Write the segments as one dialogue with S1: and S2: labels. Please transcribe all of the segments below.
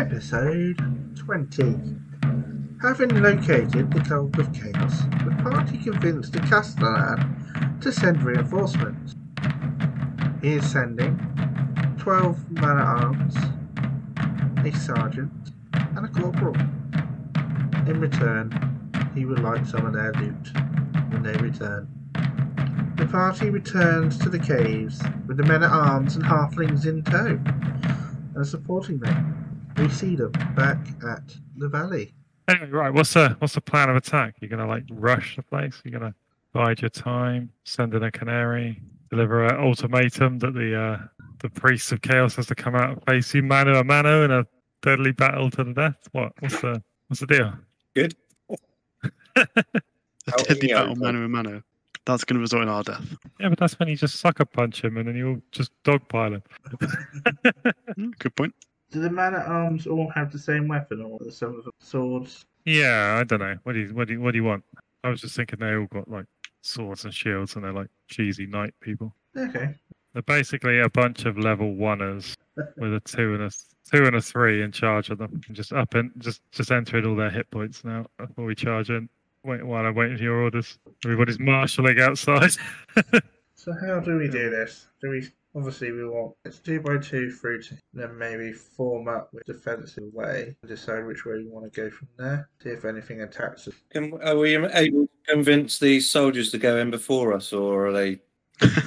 S1: Episode 20. Having located the cult of chaos, the party convinced the Castellan to send reinforcements. He is sending 12 men at arms, a sergeant, and a corporal. In return, he would like some of their loot when they return. The party returns to the caves with the men at arms and halflings in tow and supporting them. We see them back at the valley.
S2: Anyway, right. What's the what's the plan of attack? You're gonna like rush the place. You're gonna bide your time. Send in a canary. Deliver an ultimatum that the uh, the priests of chaos has to come out and face you mano a mano in a deadly battle to the death. What? What's the what's the deal?
S3: Good.
S4: A
S3: Out in
S4: deadly
S3: the
S4: battle,
S3: open.
S4: mano a mano. That's going to result in our death.
S2: Yeah, but that's when you just sucker punch him and then you'll just dogpile him.
S4: Mm, Good point.
S1: Do the men at arms all have the same weapon, or are some of them swords?
S2: Yeah, I don't know. What do you what do you, what do you want? I was just thinking they all got like swords and shields and they're like cheesy knight people.
S1: Okay.
S2: They're basically a bunch of level oneers with a two and a two and a three in charge of them. Just up and just just entering all their hit points now before we charge in. Wait while I'm waiting for your orders. Everybody's marshalling outside.
S1: So how do we do this? Do we obviously we want it's two by two through to then maybe form up with defensive way and decide which way we want to go from there. See if anything attacks us.
S3: Can, are we able to convince these soldiers to go in before us, or are they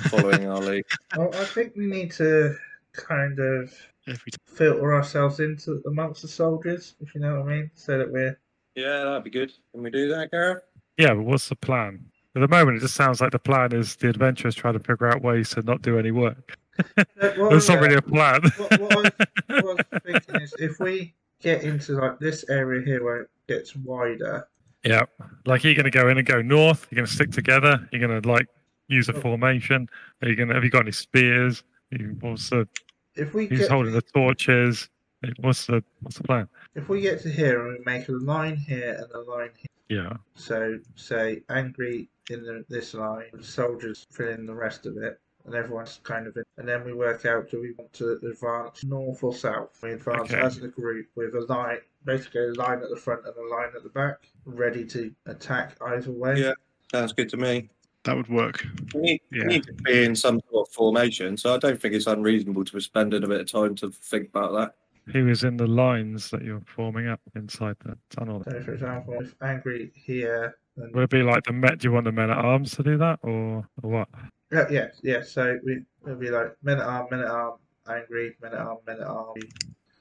S3: following our lead?
S1: Well, I think we need to kind of
S4: Every time.
S1: filter ourselves into amongst the soldiers, if you know what I mean, so that we're
S3: Yeah, that'd be good. Can we do that, Gareth?
S2: yeah, but what's the plan? At the moment, it just sounds like the plan is the adventurers trying to figure out ways to not do any work.
S1: Well,
S2: There's
S1: Oh, yeah.
S2: not really a plan.
S1: What- what I was thinking is if we get into like this area here where it gets wider,
S2: Yeah. Like, are you going to go in and go north? You're going to stick together? You're going to, like, use a
S1: Oh.
S2: formation? Are you going to, have you got any spears? You, what's the,
S1: if we
S2: who's
S1: get
S2: holding the torches? Like, What's the, what's the plan?
S1: if we get to here and we make a line here and a line here,
S2: Yeah.
S1: so say angry in the, this line, soldiers fill in the rest of it. And everyone's kind of in, and then we work out do we want to advance north or south? We advance
S2: Okay.
S1: as a group with a line, basically a line at the front and a line at the back, ready to attack either way.
S3: Yeah. Sounds good to me.
S4: That would work.
S3: We need, we
S2: Yeah.
S3: need to be in some sort of formation, so I don't think it's unreasonable to be spending a bit of time to think about that.
S2: Who is in the lines that you're forming up inside the tunnel?
S1: So, for example, if angry here, and
S2: Would it be like the Met? Do you want the men at arms to do that or, or what?
S1: Yeah, yeah, yeah. So we it'll be like men at arm, men at arm, angry, men at arm, men at arm.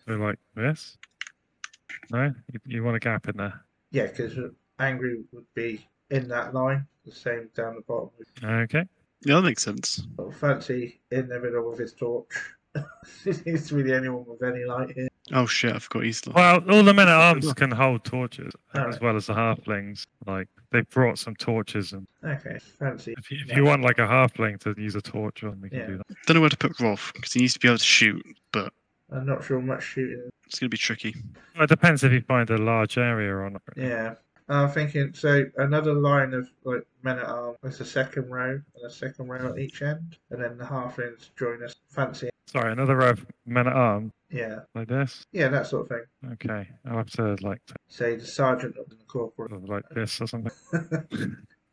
S2: So, like this? No? You, you want a gap in there?
S1: Yeah, because angry would be in that line, the same down the bottom.
S2: Okay.
S4: Yeah, that makes sense.
S1: Little fancy in the middle with his torch. he seems to be the only one with any light here.
S4: Oh shit, I forgot he's like
S2: Well, all the men at arms can hold torches as
S1: Alright.
S2: well as the halflings. Like they've brought some torches, and
S1: Okay, fancy.
S2: if you, if you want like a halfling to use a torch on, we can
S1: Yeah.
S2: do that.
S4: Don't know where to put Rolf because he needs to be able to shoot, but
S1: I'm not sure much shooting.
S4: it's going to be tricky.
S2: Well, it depends if you find a large area or not.
S1: Yeah. I'm thinking so another line of like men at arm with a second row and a second row at each end, and then the halflings join us. Fancy.
S2: Sorry, another row of men at arms
S1: Yeah,
S2: like this.
S1: yeah, that sort of thing.
S2: Okay, I'll have to like t-
S1: Say the sergeant and the corporal.
S2: sort of like this or something.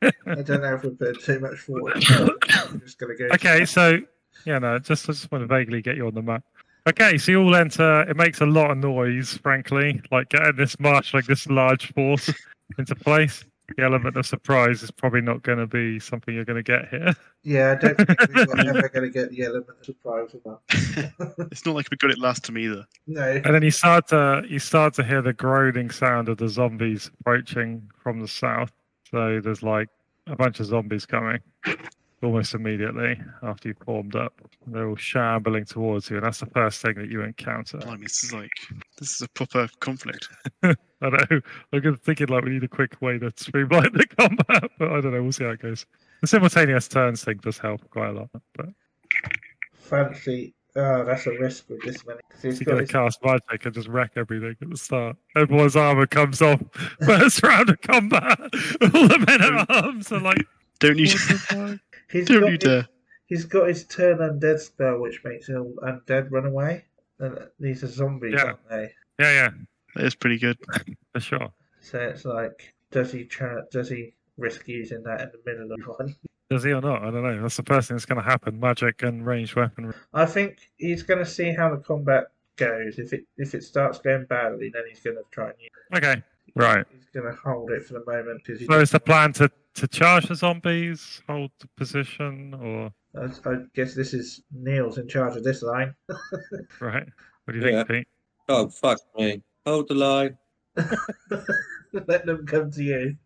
S1: I don't know if we're putting too much forward. I'm just gonna go.
S2: Okay, so yeah, no, just I just want to vaguely get you on the map. Okay, so you all enter. It makes a lot of noise, frankly. Like getting this march, like this large force into place. The element of surprise is probably not going to be something you're going to get here.
S1: Yeah, I don't think we we're ever gonna get the element of surprise with that.
S4: it's not like we got it last time either.
S1: No.
S2: And then you start to you start to hear the groaning sound of the zombies approaching from the south. So there's like a bunch of zombies coming almost immediately after you formed up. They're all shambling towards you, and that's the first thing that you encounter.
S4: Blimey, this is like this is a proper conflict.
S2: I know. I'm gonna thinking like we need a quick way to streamline the combat, but I don't know. We'll see how it goes. The simultaneous turns thing does help quite a lot. But
S1: Fancy. Oh, that's a risk with this many. 'cause
S2: if
S1: he's
S2: you
S1: got
S2: get a
S1: his-
S2: cast magic and just wreck everything at the start, everyone's armor comes off first round of combat. All the men at arms are like,
S4: Don't you?
S2: "What the fuck?"
S1: he's
S4: Don't
S1: got
S4: you
S1: his,
S4: dare!
S1: he's got his turn undead spell, which makes all undead run away. And these are zombies,
S2: Yeah.
S1: aren't they?
S2: Yeah, yeah,
S4: That is pretty good.
S2: for sure.
S1: So it's like, does he try, does he risk using that in the middle of one?
S2: Does he or not? I don't know. That's the first thing that's going to happen. Magic and ranged weapon.
S1: I think he's going to see how the combat goes. If it if it starts going badly, then he's going to try and use.
S2: Okay, right.
S1: He's going to hold it for the moment because
S2: So is the plan to to charge the zombies, hold the position, or
S1: I, I guess this is Neil's in charge of this line.
S2: right? What do you think,
S3: Yeah.
S2: Pete?
S3: Oh, fuck me. Hold the line.
S1: Let them come to you.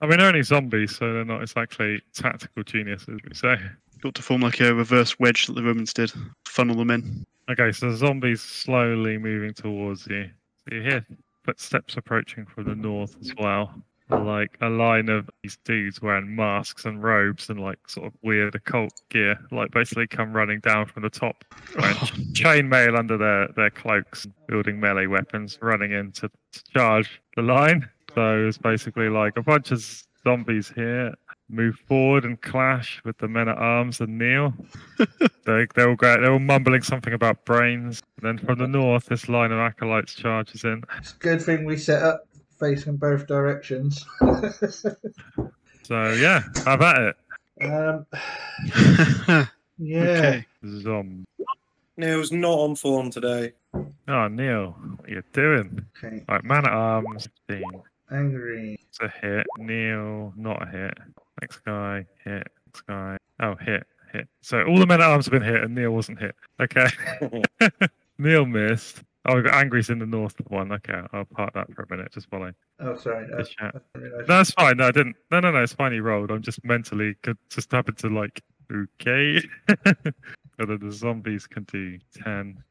S2: I mean, they're only zombies, so they're not exactly tactical geniuses. We say.
S4: Got to form like a reverse wedge that the Romans did. Funnel them in.
S2: Okay, so the zombies slowly moving towards you. So you hear footsteps approaching from the north as well. Like a line of these dudes wearing masks and robes and like sort of weird occult gear, like basically come running down from the top, wearing
S4: Oh,
S2: chainmail under their, their cloaks, wielding melee weapons, running in to, to charge the line. So it's basically like a bunch of zombies here move forward and clash with the men at arms and kneel. They, they're, all go, they're all mumbling something about brains. And then from the north, this line of acolytes charges in.
S1: It's a good thing we set up facing both directions.
S2: So, yeah, have at it.
S1: um, yeah.
S4: okay.
S2: Zom.
S3: Neil's not on form today.
S2: Oh, Neil, what are you doing?
S1: Okay.
S2: Right, man at arms, 15.
S1: Angry.
S2: It's a hit. Neil, not a hit. Next guy, hit. Next guy. Oh, hit, hit. So all the men at arms have been hit, and Neil wasn't hit. Okay. Neil missed. Oh, we've got Angry's in the north one. Okay, I'll park that for a minute just while I
S1: Oh, sorry. I,
S2: just chat.
S1: I didn't realise-
S2: No, it's fine. No, I didn't. No, no, no. It's fine. He rolled. I'm just mentally could just happened to like, okay. Whether the zombies can do 10.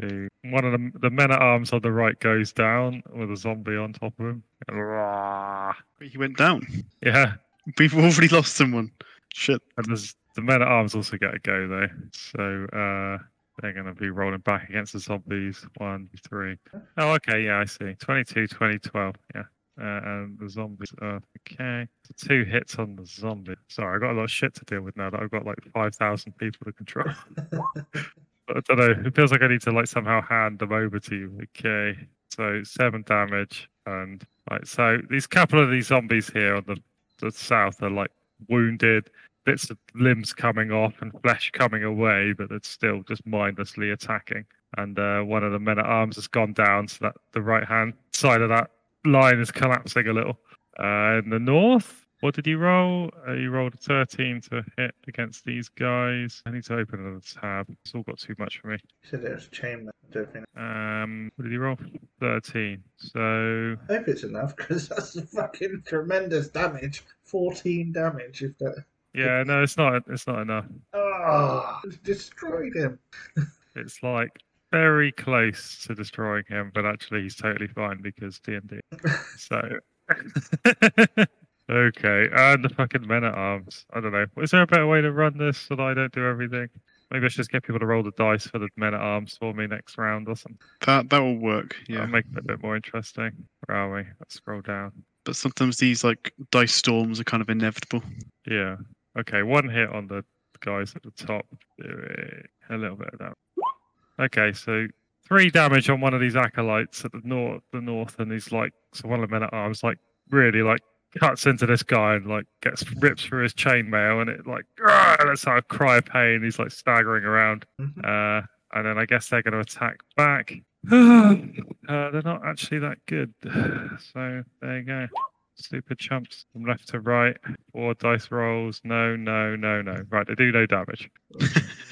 S2: Two. One of the, the men at arms on the right goes down with a zombie on top of him. Rah.
S4: He went down.
S2: Yeah.
S4: We've already lost someone. Shit.
S2: And there's, the men at arms also get a go though, so uh, they're going to be rolling back against the zombies. One, two, three. Oh, okay, yeah, I see. 22, 20, 12, Yeah, uh, and the zombies. Are, okay, so two hits on the zombie. Sorry, I got a lot of shit to deal with now. That I've got like five thousand people to control. I don't know. It feels like I need to like somehow hand them over to you. Okay, so seven damage, and right. So these couple of these zombies here on the the south are like wounded bits of limbs coming off and flesh coming away, but it's still just mindlessly attacking. And uh, one of the men at arms has gone down, so that the right hand side of that line is collapsing a little. Uh, in the north, what did you roll? Uh, you rolled a 13 to hit against these guys. I need to open another tab. It's all got too much for me.
S1: You said it was chamber. I don't think.
S2: Um, what did you roll? 13. So
S1: I hope it's enough because that's fucking tremendous damage. 14 damage. If that.
S2: yeah, no, it's not. It's not enough. Ah.
S1: Oh, destroyed him.
S2: It's like very close to destroying him, but actually he's totally fine because D and D. So okay, and the fucking men at arms. I don't know. Is there a better way to run this so that I don't do everything? Maybe I should just get people to roll the dice for the men at arms for me next round or something.
S4: That that will work. Yeah.
S2: Yeah, make it a bit more interesting. Where are we? Let's scroll down.
S4: but sometimes these like dice storms are kind of inevitable.
S2: Yeah. Okay, one hit on the guys at the top. Do it. A little bit of that. Okay, so three damage on one of these acolytes at the north the north and he's like so one of the men at arms like really like cuts into this guy and like gets rips through his chainmail and it like "Argh!" and that's how I cry of pain. He's like staggering around.
S1: Mhm.
S2: Uh, and then I guess they're going to attack back. uh, they're not actually that good. So there you go. Super chumps from left to right. Four dice rolls. No, no, no, no. Right, they do no damage.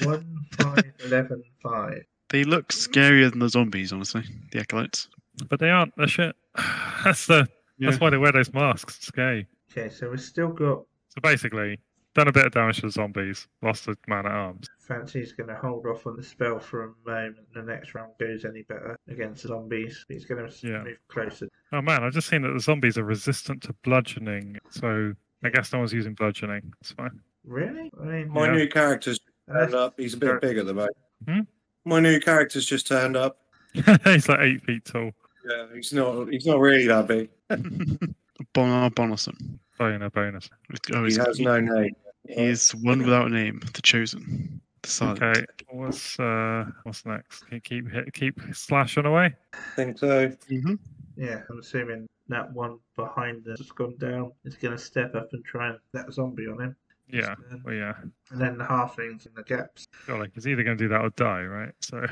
S1: 1, 5, 11, 5.
S4: They look scarier than the zombies, honestly. The acolytes.
S2: But they aren't. They're shit. that's the.
S4: Yeah.
S2: That's why they wear those masks. It's gay.
S1: Okay, so we've still got
S2: So basically, done a bit of damage to the zombies. Lost a man at arms.
S1: Fancy's going to hold off on the spell for a moment. The next round goes any better against zombies. He's going to
S2: Yeah.
S1: move closer.
S2: Oh man, I've just seen that the zombies are resistant to bludgeoning. So I guess no one's using bludgeoning. That's fine.
S1: Really? I mean, uh,
S3: My
S2: Yeah.
S3: new character's
S1: unless-
S3: turned up. He's a
S1: Sure.
S3: bit bigger than me.
S2: Hmm?
S3: My new character's just turned up.
S2: he's like eight feet tall.
S3: Yeah, he's not. He's not really that big.
S4: Bonar Bonarsson.
S2: Bonus, bonus.
S4: uh, Oh,
S3: He
S4: he's-
S3: has no name.
S4: He is the one without a name, the chosen. Silence.
S2: Okay, what's uh, what's next? Can you keep hit, keep slashing away.
S3: I think so.
S4: hmm
S1: Yeah, I'm assuming that one behind the that's gone down is going to step up and try and let a zombie on him. um,
S2: Yeah, well, yeah.
S1: And then the halflings in the gaps.
S2: Got like he's either going to do that or die, right? So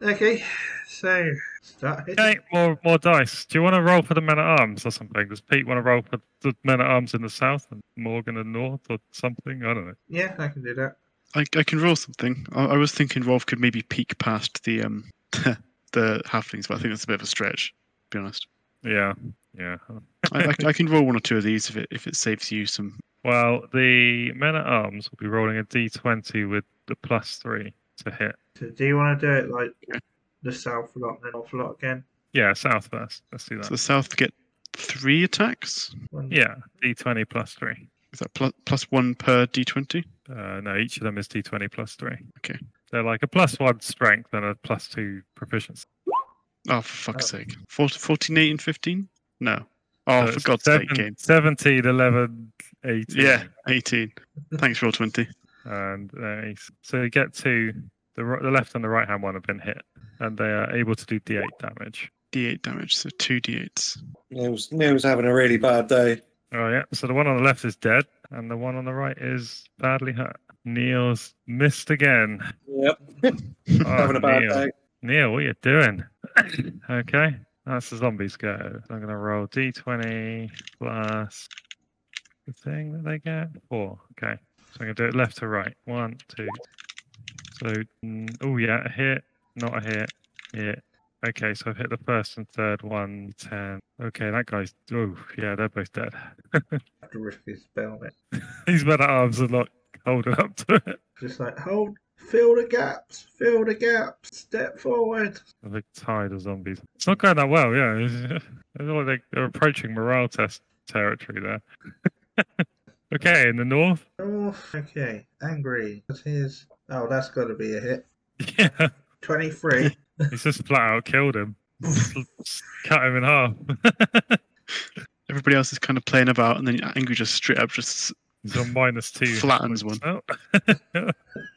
S1: Okay, so start hitting.
S2: okay, more more dice. Do you want to roll for the men at arms or something? Does Pete want to roll for the men at arms in the south and Morgan in the north or something? I don't know.
S1: Yeah, I can do that.
S4: I, I can roll something. I, I was thinking Rolf could maybe peek past the um the halflings, but I think that's a bit of a stretch. To be honest,
S2: Yeah, yeah.
S4: I, I, I can roll one or two of these if it if it saves you some.
S2: Well, the men at arms will be rolling a d20 with the plus three to hit.
S1: So do you want to do it like the south lot and the north lot again?
S2: Yeah, south first. Let's do
S4: So
S2: that.
S4: the south get three attacks.
S1: One-
S2: Yeah, d20 plus three.
S4: Is that plus plus one per d20?
S2: Uh, no, each of them is d20 plus three.
S4: Okay.
S2: They're like a plus one strength and a plus two proficiency.
S4: Oh, for fuck's
S1: Oh.
S4: sake! Four- 14, 8, and fifteen? No. Oh,
S2: So
S4: for
S2: it's
S4: God's sake,
S2: seven-
S4: game.
S2: 17, 11, 18.
S4: Yeah, eighteen. Thanks, roll twenty.
S2: And uh, he's- so you get to the, ri- the left and the right hand one have been hit, and they are able to do d8 damage.
S4: D8 damage, so two d8s.
S3: Neil was, Neil was having a really bad day.
S2: Oh, yeah. So the one on the left is dead, and the one on the right is badly hurt. Neil's missed again.
S3: Yep.
S2: Oh,
S3: having a bad
S2: Neil.
S3: day.
S2: Neil, what are you doing? okay, that's the zombies go. I'm gonna roll d20 plus the thing that they get four. Okay, so I'm gonna do it left to right. One, two. So, oh yeah, a hit, not a hit, hit. Okay, so I've hit the first and third one, ten. Okay, that guy's. Oh yeah, they're both dead.
S1: Have to risk his spell it.
S2: These men at arms are not holding up to it.
S1: Just like hold, fill the gaps, fill the gaps, step forward.
S2: A big tide of zombies. It's not going that well, yeah. It's- I feel like they- they're approaching morale test territory there. okay, in the north?
S1: North. Oh, Okay, angry. That's his. Oh, that's got to be a hit.
S2: Yeah.
S1: Twenty-three.
S2: He's just flat out killed him. Sl- s- Cut him in half.
S4: Everybody else is kind of playing about, and then Angry just straight up just
S2: He's on minus two.
S4: Flattens one.
S2: Oh.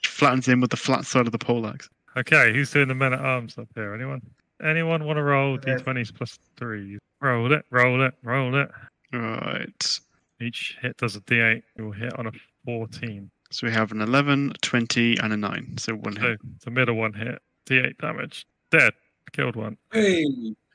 S4: flattens in with the flat side of the poleaxe.
S2: okay, who's doing the men at arms up here? Anyone? Anyone want to roll
S1: Okay.
S2: d20s plus three? Roll it, roll it, roll it.
S4: Right.
S2: Each hit does a d8. You'll hit on a 14.
S4: So we have an 11, 20, and a 9. So one
S2: So
S4: hit.
S2: the middle one hit, d8 damage. Dead. Killed one.
S3: Hey.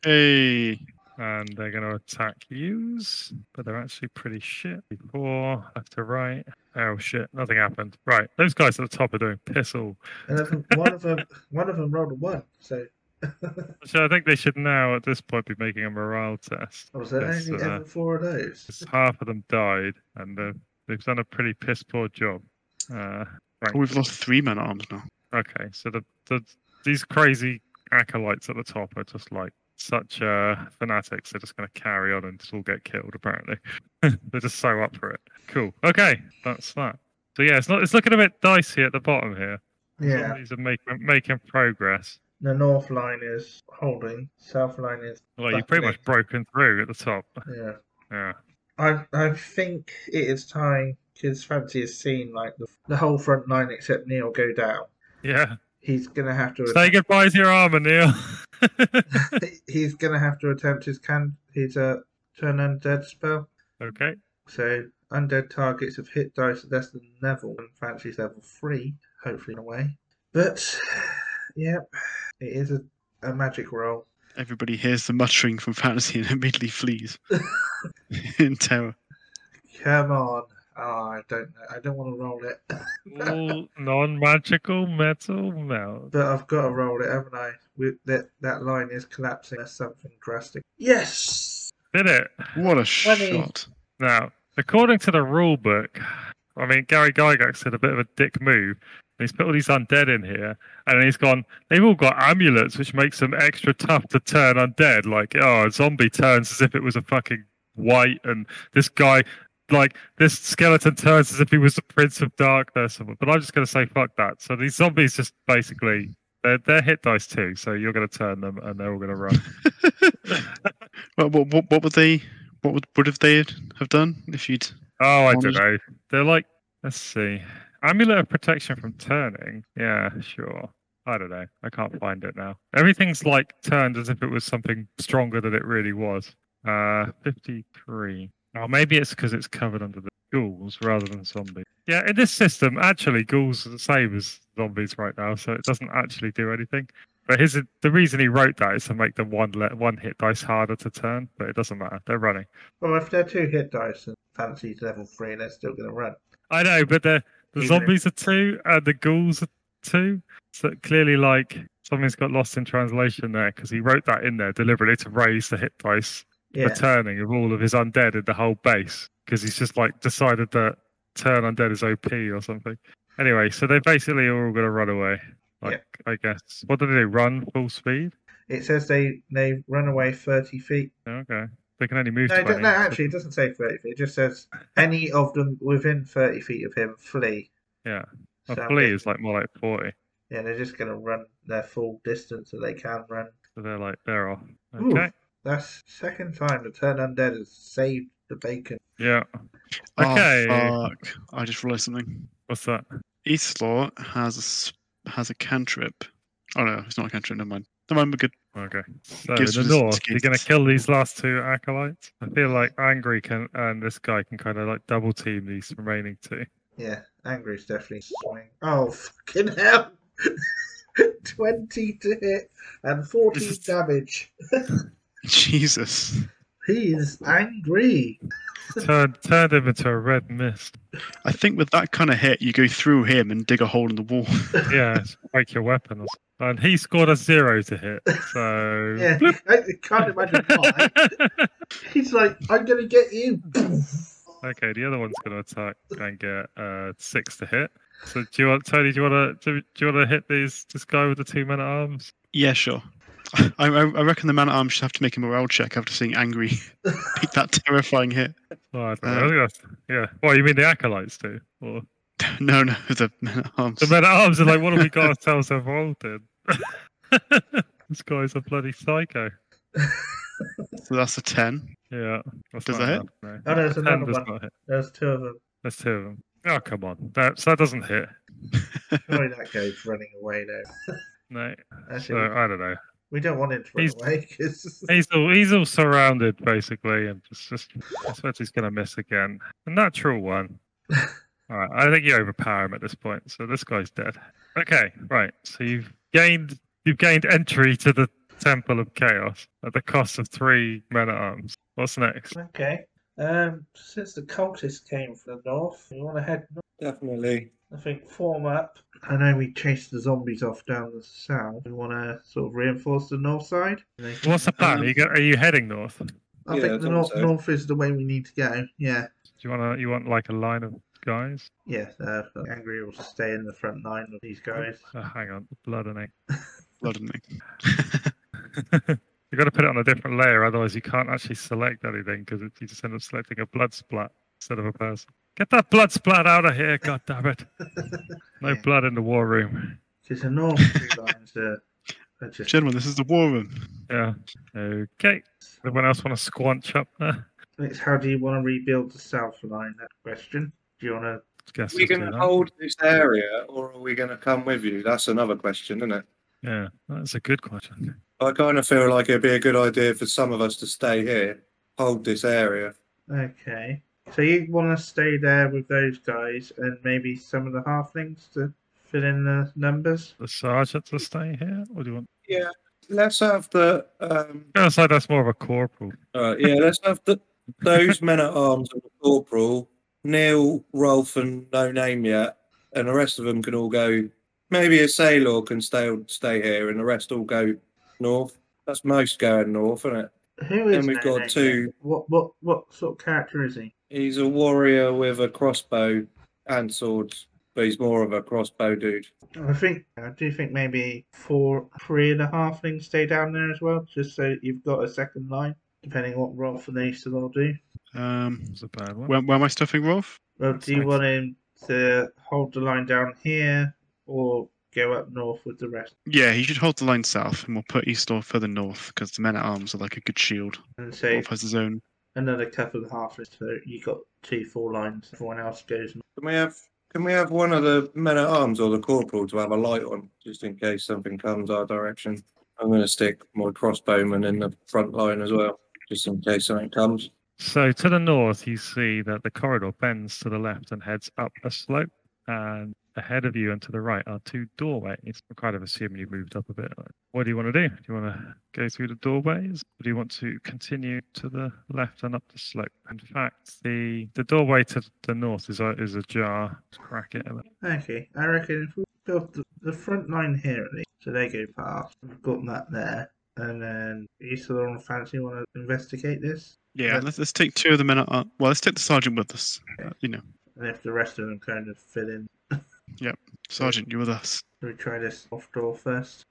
S4: Hey!
S2: and they're going to attack yous, but they're actually pretty shit. Before, left to right. Oh shit, nothing happened. Right, those guys at the top are doing piss all.
S1: And of them- one of them, one of them rolled a one. So,
S2: So I think they should now, at this point, be making a morale test.
S1: was there
S2: Yes,
S1: only
S2: uh,
S1: ever four of those?
S2: 'Cause half of them died, and they've, they've done a pretty piss poor job. Uh, right.
S4: Oh, we've lost three men at arms now.
S2: Okay, so the, the these crazy acolytes at the top are just like such uh, fanatics. They're just going to carry on and just all get killed. Apparently, they're just so up for it. Cool. Okay, that's that. So yeah, it's not. It's looking a bit dicey at the bottom here.
S1: Yeah.
S2: Zombies are making making progress.
S1: The north line is holding. South line is
S2: Well, you've pretty much broken through at the top.
S1: yeah.
S2: Yeah.
S1: I I think it is time because Fancy has seen like the, the whole front line except Neil go down.
S2: Yeah.
S1: He's gonna have to.
S2: Say goodbye to your armor, Neil.
S1: he's gonna have to attempt his can his uh turn undead spell.
S2: okay.
S1: So undead targets have hit dice less than level and Fancy's level three, hopefully in a way. But yep, it is a, a magic roll.
S4: Everybody hears the muttering from Fantasy and immediately flees in terror.
S1: Come on. Oh, I don't know. I don't want to roll it.
S2: All non-magical metal melt.
S1: But I've got to roll it, haven't I? With that that line is collapsing. That's something drastic. Yes.
S2: Did it?
S4: What a
S1: Funny.
S4: shot.
S2: Now, according to the rule book, I mean, Gary Gygax did a bit of a dick move. He's put all these undead in here, and he's gone, they've all got amulets, which makes them extra tough to turn undead. Like, oh, a zombie turns as if it was a fucking white, and this guy, like, this skeleton turns as if he was the Prince of Darkness. But I'm just going to say, fuck that. So these zombies just basically, they're, they're hit dice too, so you're going to turn them, and they're all going to run.
S4: Well, what, what, what would they. What would, would have they have done if you'd?
S2: Oh, I
S4: One
S2: don't
S4: is-
S2: know. They're like, let's see. Amulet of protection from turning. Yeah, sure. I don't know. I can't find it now. Everything's like turned as if it was something stronger than it really was. Uh, 53. Oh, maybe it's because it's covered under the ghouls rather than zombies. Yeah, in this system, actually, ghouls are the same as zombies right now, so it doesn't actually do anything. But his the reason he wrote that is to make the one let one hit dice harder to turn, but it doesn't matter. They're running.
S1: Well, if they're two hit dice and fancy level three, they're still going to run.
S2: I know, but the the
S1: Even
S2: zombies are two and the ghouls are two. So clearly, like something's got lost in translation there because he wrote that in there deliberately to raise the hit dice
S1: Yeah.
S2: for turning of all of his undead in the whole base because he's just like decided that turn undead is OP or something. Anyway, so they basically are all going to run away.
S1: Yeah.
S2: Like I guess what do they do? Run full speed?
S1: It says they they run away thirty feet.
S2: Okay, they can only move.
S1: No, it
S2: 20.
S1: doesn't, no, actually, it doesn't say thirty feet. It just says any of them within thirty feet of him flee.
S2: Yeah,
S4: Oh,
S1: So
S2: I
S1: I'm
S2: believe
S1: guessing-
S2: it's like more like forty.
S1: Yeah, they're just going to run their full distance that they can run.
S2: So they're like they're off.
S1: Ooh.
S2: Okay.
S1: That's second time the turn undead has saved the bacon.
S2: Yeah.
S4: Oh,
S2: Okay.
S4: fuck. I just realised something.
S2: What's that?
S4: Eastlaw has a s- has a cantrip. Oh no, it's not a cantrip. Never mind. Never mind. We're good.
S2: Okay. So in
S4: Gives
S2: the
S4: us
S2: north, you're going to
S4: excuses.
S2: kill these last two acolytes. I feel like Angry can and this guy can kind of like double team these remaining two.
S1: Yeah, angry's definitely swing. Oh, fucking hell! 20 to hit and 14
S4: This is-
S1: damage.
S4: Jesus.
S1: He is angry.
S2: Turn turned him into a red mist.
S4: I think with that kind of hit, you go through him and dig a hole in the wall.
S2: Yeah, it's break your weapons. And he scored a zero to hit. So
S1: Yeah, Oh,
S2: Bloop.
S1: I can't imagine why. He's like, I'm going to get you.
S2: okay, the other one's going to attack and get uh, six to hit. So do you want Tony? Do you want to do, do you want to hit these this guy with the two men at arms?
S4: yeah, sure. I, I I reckon the man at arms should have to make a morale check after seeing Angry beat that terrifying hit.
S2: Oh, I don't know.
S4: Uh,
S2: I think that's- yeah. Well, you mean the acolytes do? Or
S4: No, no, the man at arms.
S2: The men at arms are like, what have we got ourselves involved in? this guy's a bloody psycho.
S4: So that's a 10.
S2: Yeah. that's
S4: Does
S2: not
S4: that hit?
S2: enough, no.
S1: Oh, there's
S2: Ten
S1: another
S2: does
S1: one.
S2: not hit.
S1: There's two of them.
S2: There's two of them. Oh, come on. That, so that doesn't hit.
S1: Surely that goes running away now.
S2: No. So,
S1: Actually,
S2: I don't know.
S1: we don't want him to run
S2: He's-
S1: away 'cause-
S2: He's all, he's all surrounded, basically, and just, just I suppose he's going to miss again. A natural one. All right. I think you overpower him at this point. So this guy's dead. Okay. Right. So you've gained you've gained entry to the Temple of Chaos at the cost of three men at arms. What's next?
S1: Okay. Um, since the cultists came from the north, we want to head north.
S3: Definitely.
S1: I think form up. I know we chased the zombies off down the south. We want to sort of reinforce the north side.
S2: What's the plan? Are you, go- are you heading north? Do
S1: I
S3: Yeah, I
S1: think the
S3: think
S1: north
S3: so.
S1: north is the way we need to go. Yeah,
S2: you want to? You want like a line of guys?
S1: yeah. Uh, Angry will stay in the front line with these guys.
S2: Oh, hang on, blood and egg.
S4: Blood and me.
S2: You got to put it on a different layer, otherwise you can't actually select anything because you just end up selecting a blood splat instead of a person. Get that blood splat out of here! God damn it! No
S1: Yeah.
S2: blood in the war room.
S1: Because the north two lines are, are just
S4: Gentlemen, this is the war room.
S2: Yeah. Okay. Everyone else want to squanch up there?
S1: It's how do you want to rebuild the south line? That question. Do you want to?
S2: Guess
S3: Are we
S2: just do
S3: going to
S2: that.
S3: hold this area or are we going to come with you? That's another question, isn't it?
S2: Yeah, that's a good question.
S3: I kind of feel like it'd be a good idea for some of us to stay here, hold this area.
S1: Okay. So you want to stay there with those guys and maybe some of the halflings to fill in the numbers?
S2: The sergeant to stay here, or do you want?
S3: Yeah. Let's have the. Um,
S2: I was like that's more of a corporal.
S3: all right, yeah, let's have the, those men at arms and the corporal, Neil, Rolf, and no name yet, and the rest of them can all go. Maybe a sailor can stay stay here, and the rest all go north. That's most going north, isn't it?
S1: Who is
S3: Then we've
S1: no
S3: got
S1: name
S3: two.
S1: yet? What what what sort of character is he?
S3: He's a warrior with a crossbow and swords, but he's more of a crossbow dude.
S1: I think I do think maybe four, three and a halflings stay down there as well, just so that you've got a second line, depending what role for these will do.
S4: Um,
S2: It's a bad one.
S4: where, where am I stuffing Rolf?
S1: Well,
S2: That's
S1: do you
S2: nice.
S1: want him to hold the line down here or go up north with the rest?
S4: Yeah, he should hold the line south, and we'll put Eastlaw further north because the men at arms are like a good shield.
S1: And so
S4: Rolf has his own.
S1: another couple of halflings, so you got two, four lines. Everyone else goes.
S3: Can we have Can we have one of the men at arms or the corporal to have a light on, just in case something comes our direction? I'm going to stick my crossbowman in the front line as well, just in case something comes.
S2: So to the north, you see that the corridor bends to the left and heads up a slope. And ahead of you and to the right are two doorways. I'm kind of assuming you've moved up a bit. What do you want to do? Do you want to go through the doorways, or do you want to continue to the left and up the slope? In fact, the the doorway to the north is a, is ajar. Crack it. a bit.
S1: Okay, I reckon if we go up the, the front line here at least, so they go past, we've got that there, and then you still on fancy want to investigate this,
S4: Yeah,
S1: Yeah.
S4: let's, let's take two of the men at arms. Well, let's take the sergeant with us.
S1: Okay.
S4: Uh, you know,
S1: and if the rest of them kind of fit in,
S4: sergeant, you with us.
S1: do we try this off door first?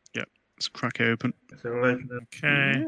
S4: Let's crack it open.
S1: So we'll open the
S2: Okay.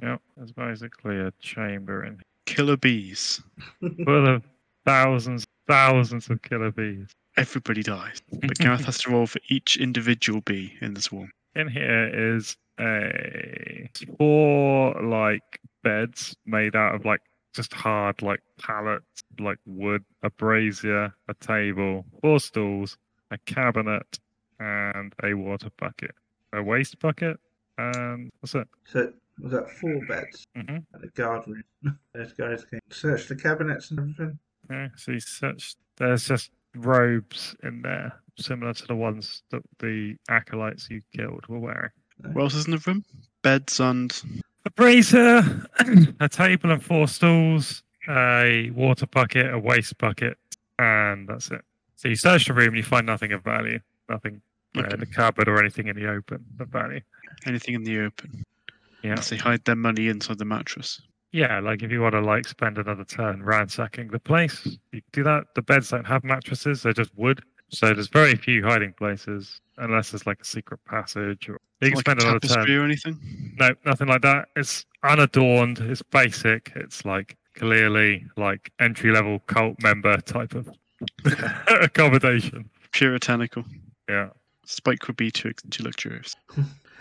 S2: Yep, there's basically a chamber in
S4: Killer bees.
S2: here full of thousands, thousands of killer bees.
S4: Everybody dies, but Gareth has to roll for each individual bee in the swarm.
S2: In here is a four like beds made out of like just hard like pallets, like wood, a brazier, a table, four stools, a cabinet, and a water bucket, a waste bucket, and what's it?
S1: So was that four beds
S2: Mm-hmm.
S1: at the guard room? Those guys can search the cabinets and everything.
S2: Yeah, so you search. There's just robes in there, similar to the ones that the acolytes you killed were wearing.
S4: What else is in the room? Beds and
S2: a brazier, a table and four stools, a water bucket, a waste bucket, and that's it. So you search the room and you find nothing of value, nothing you know, in
S4: Okay.
S2: the cupboard or anything in the open of value.
S4: anything in the open.
S2: Yeah.
S4: Unless they hide their money inside the mattress.
S2: Yeah, like if you want to like spend another turn ransacking the place, you can do that. The beds don't have mattresses; they're just wood. So there's very few hiding places, unless there's like a secret passage or you can
S4: Like
S2: spend
S4: a
S2: another turn.
S4: tapestry or anything?
S2: No, nothing like that. It's unadorned. It's basic. It's like clearly like entry level cult member type of accommodation.
S4: Puritanical.
S2: Yeah,
S4: Spike would be too, too luxurious.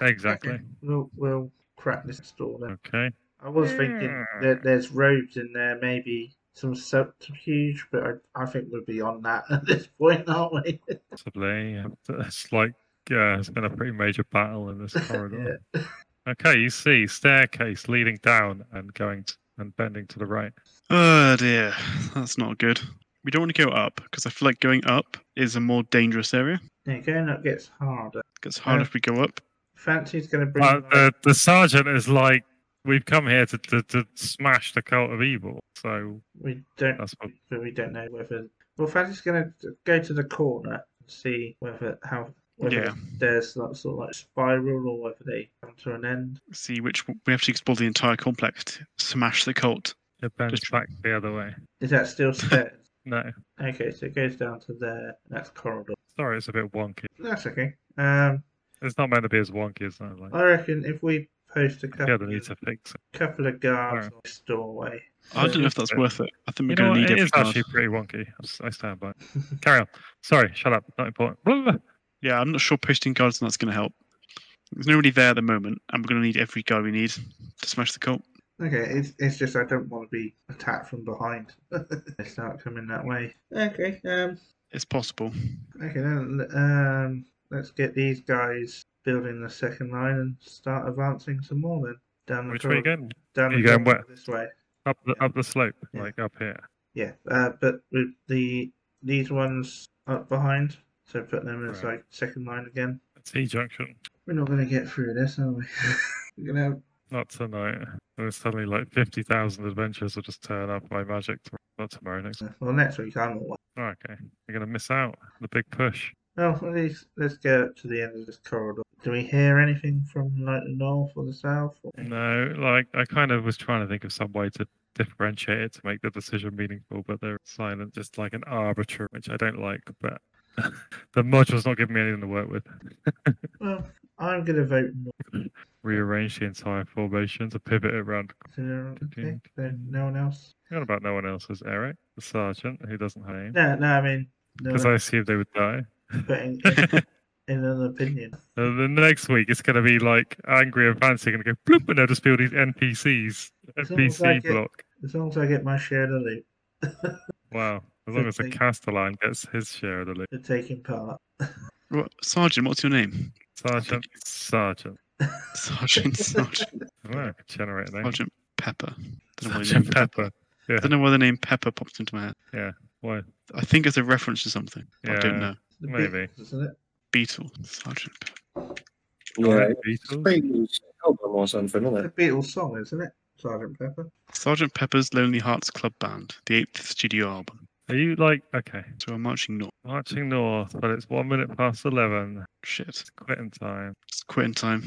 S2: exactly.
S1: Okay, We'll we'll crack this door then.
S2: Okay.
S1: I was thinking that there's robes in there, maybe some subterfuge, but I, I think we're beyond that at this point, aren't we?
S2: Possibly. yeah. It's like yeah, it's been a pretty major battle in this corridor.
S1: yeah.
S2: Okay, you see staircase leading down and going t- and bending to the right.
S4: Oh dear, that's not good. We don't want to go up because I feel like going up is a more dangerous area.
S1: yeah, going up gets harder.
S4: gets hard
S2: Yeah.
S4: if we go up.
S1: Fancy's going to bring.
S2: But
S1: like-
S2: Uh, the, the sergeant is like, we've come here to, to, to smash the cult of evil. So
S1: we don't.
S2: that's what
S1: But we don't know whether. Well, Fancy's going to go to the corner and see whether how whether
S4: Yeah.
S1: there's that sort of like spiral or whether they come to an end.
S4: See which one- we have to explore the entire complex. to Smash the cult.
S2: it bends
S4: Just-
S2: back the other way.
S1: Is that still stairs?
S2: No.
S1: okay, so it goes down to there. That's corridor.
S2: Sorry, it's a bit wonky.
S1: That's okay. Um,
S2: It's not meant to be as wonky as that. Like,
S1: I reckon if we post a
S2: yeah,
S1: couple,
S2: they need to fix it.
S1: couple of guards on this doorway.
S4: I don't know if that's
S2: Yeah.
S4: worth it. I think we're
S2: You know
S4: going
S2: what?
S4: to need
S2: It
S4: every
S2: is
S4: card.
S2: actually pretty wonky. I s- I stand by. it. Carry on. Sorry, shut up. Not important. Blah, blah, blah.
S4: Yeah, I'm not sure posting guards and that's going to help. There's nobody there at the moment, and we're going to need every guard we need to smash the cult.
S1: Okay, it's, it's just I don't want to be attacked from behind. they start coming that way. Okay, um,
S4: It's possible.
S1: okay then. Um, let's get these guys building the second line and start advancing some more then. Down the
S2: Which way you
S1: corridor-
S2: going?
S1: down the
S2: You going
S1: corridor this way.
S2: Up the up the slope,
S1: Yeah.
S2: like up here.
S1: Yeah, uh, but with the these ones up behind, so put them as
S2: Right.
S1: like second line again.
S2: T junction.
S1: We're not gonna get through this, are we? We're gonna have
S2: Not tonight. There's suddenly like fifty thousand adventures will just turn up by magic. Tomorrow. Not tomorrow. Next.
S1: well next week I'm away.
S2: Oh, okay. You're gonna miss out the big push.
S1: Well, at least let's go up to the end of this corridor. Do we hear anything from like the north or the south? Or...
S2: No, like I kind of was trying to think of some way to differentiate it to make the decision meaningful, but they're silent, just like an arbiter, which I don't like. But the module's not giving me anything to work with.
S1: Well, I'm gonna vote north.
S2: Rearrange the entire formation to pivot it around.
S1: So, no- okay,
S2: Fifteen.
S1: so no one else.
S2: Forgot about no one else is Eric, the sergeant, who doesn't have a name,
S1: No, no, I mean, no
S2: because I assumed they would die.
S1: one's putting in, in an opinion.
S2: And the next week, it's going to be like angry and fancy, going to go bloop, and they'll just be all these NPCs,
S1: almost
S2: NPC
S1: like it-
S2: block.
S1: As long as I get my share of the loot.
S2: Wow, As long as the
S1: Fifteen.
S2: Castellan gets his share of the loot.
S1: for taking part.
S4: Ro- Sergeant, what's your name?
S2: Sergeant, Sergeant.
S4: Sergeant, Sergeant,
S2: I don't know, generate a name.
S4: Sergeant Pepper. Don't know why the name-
S2: Sergeant Pepper.
S4: I don't know why the name Pepper popped into my head.
S2: Why?
S4: I think it's a reference to something. I
S2: Yeah.
S4: don't know.
S1: The
S2: Maybe.
S1: Beatles, isn't it?
S4: Beetle, Sergeant Pepper.
S3: Yeah,
S2: Beatles?
S3: Beatles album or something, isn't
S1: The
S3: it?
S1: Beatles song, isn't it? Sergeant Pepper.
S4: Sergeant Pepper's Lonely Hearts Club Band, the eighth studio album.
S2: Are you like okay?
S4: So I'm marching north.
S2: Marching north, but it's one minute past eleven.
S4: Shit,
S2: It's quitting time.
S4: it's quitting time.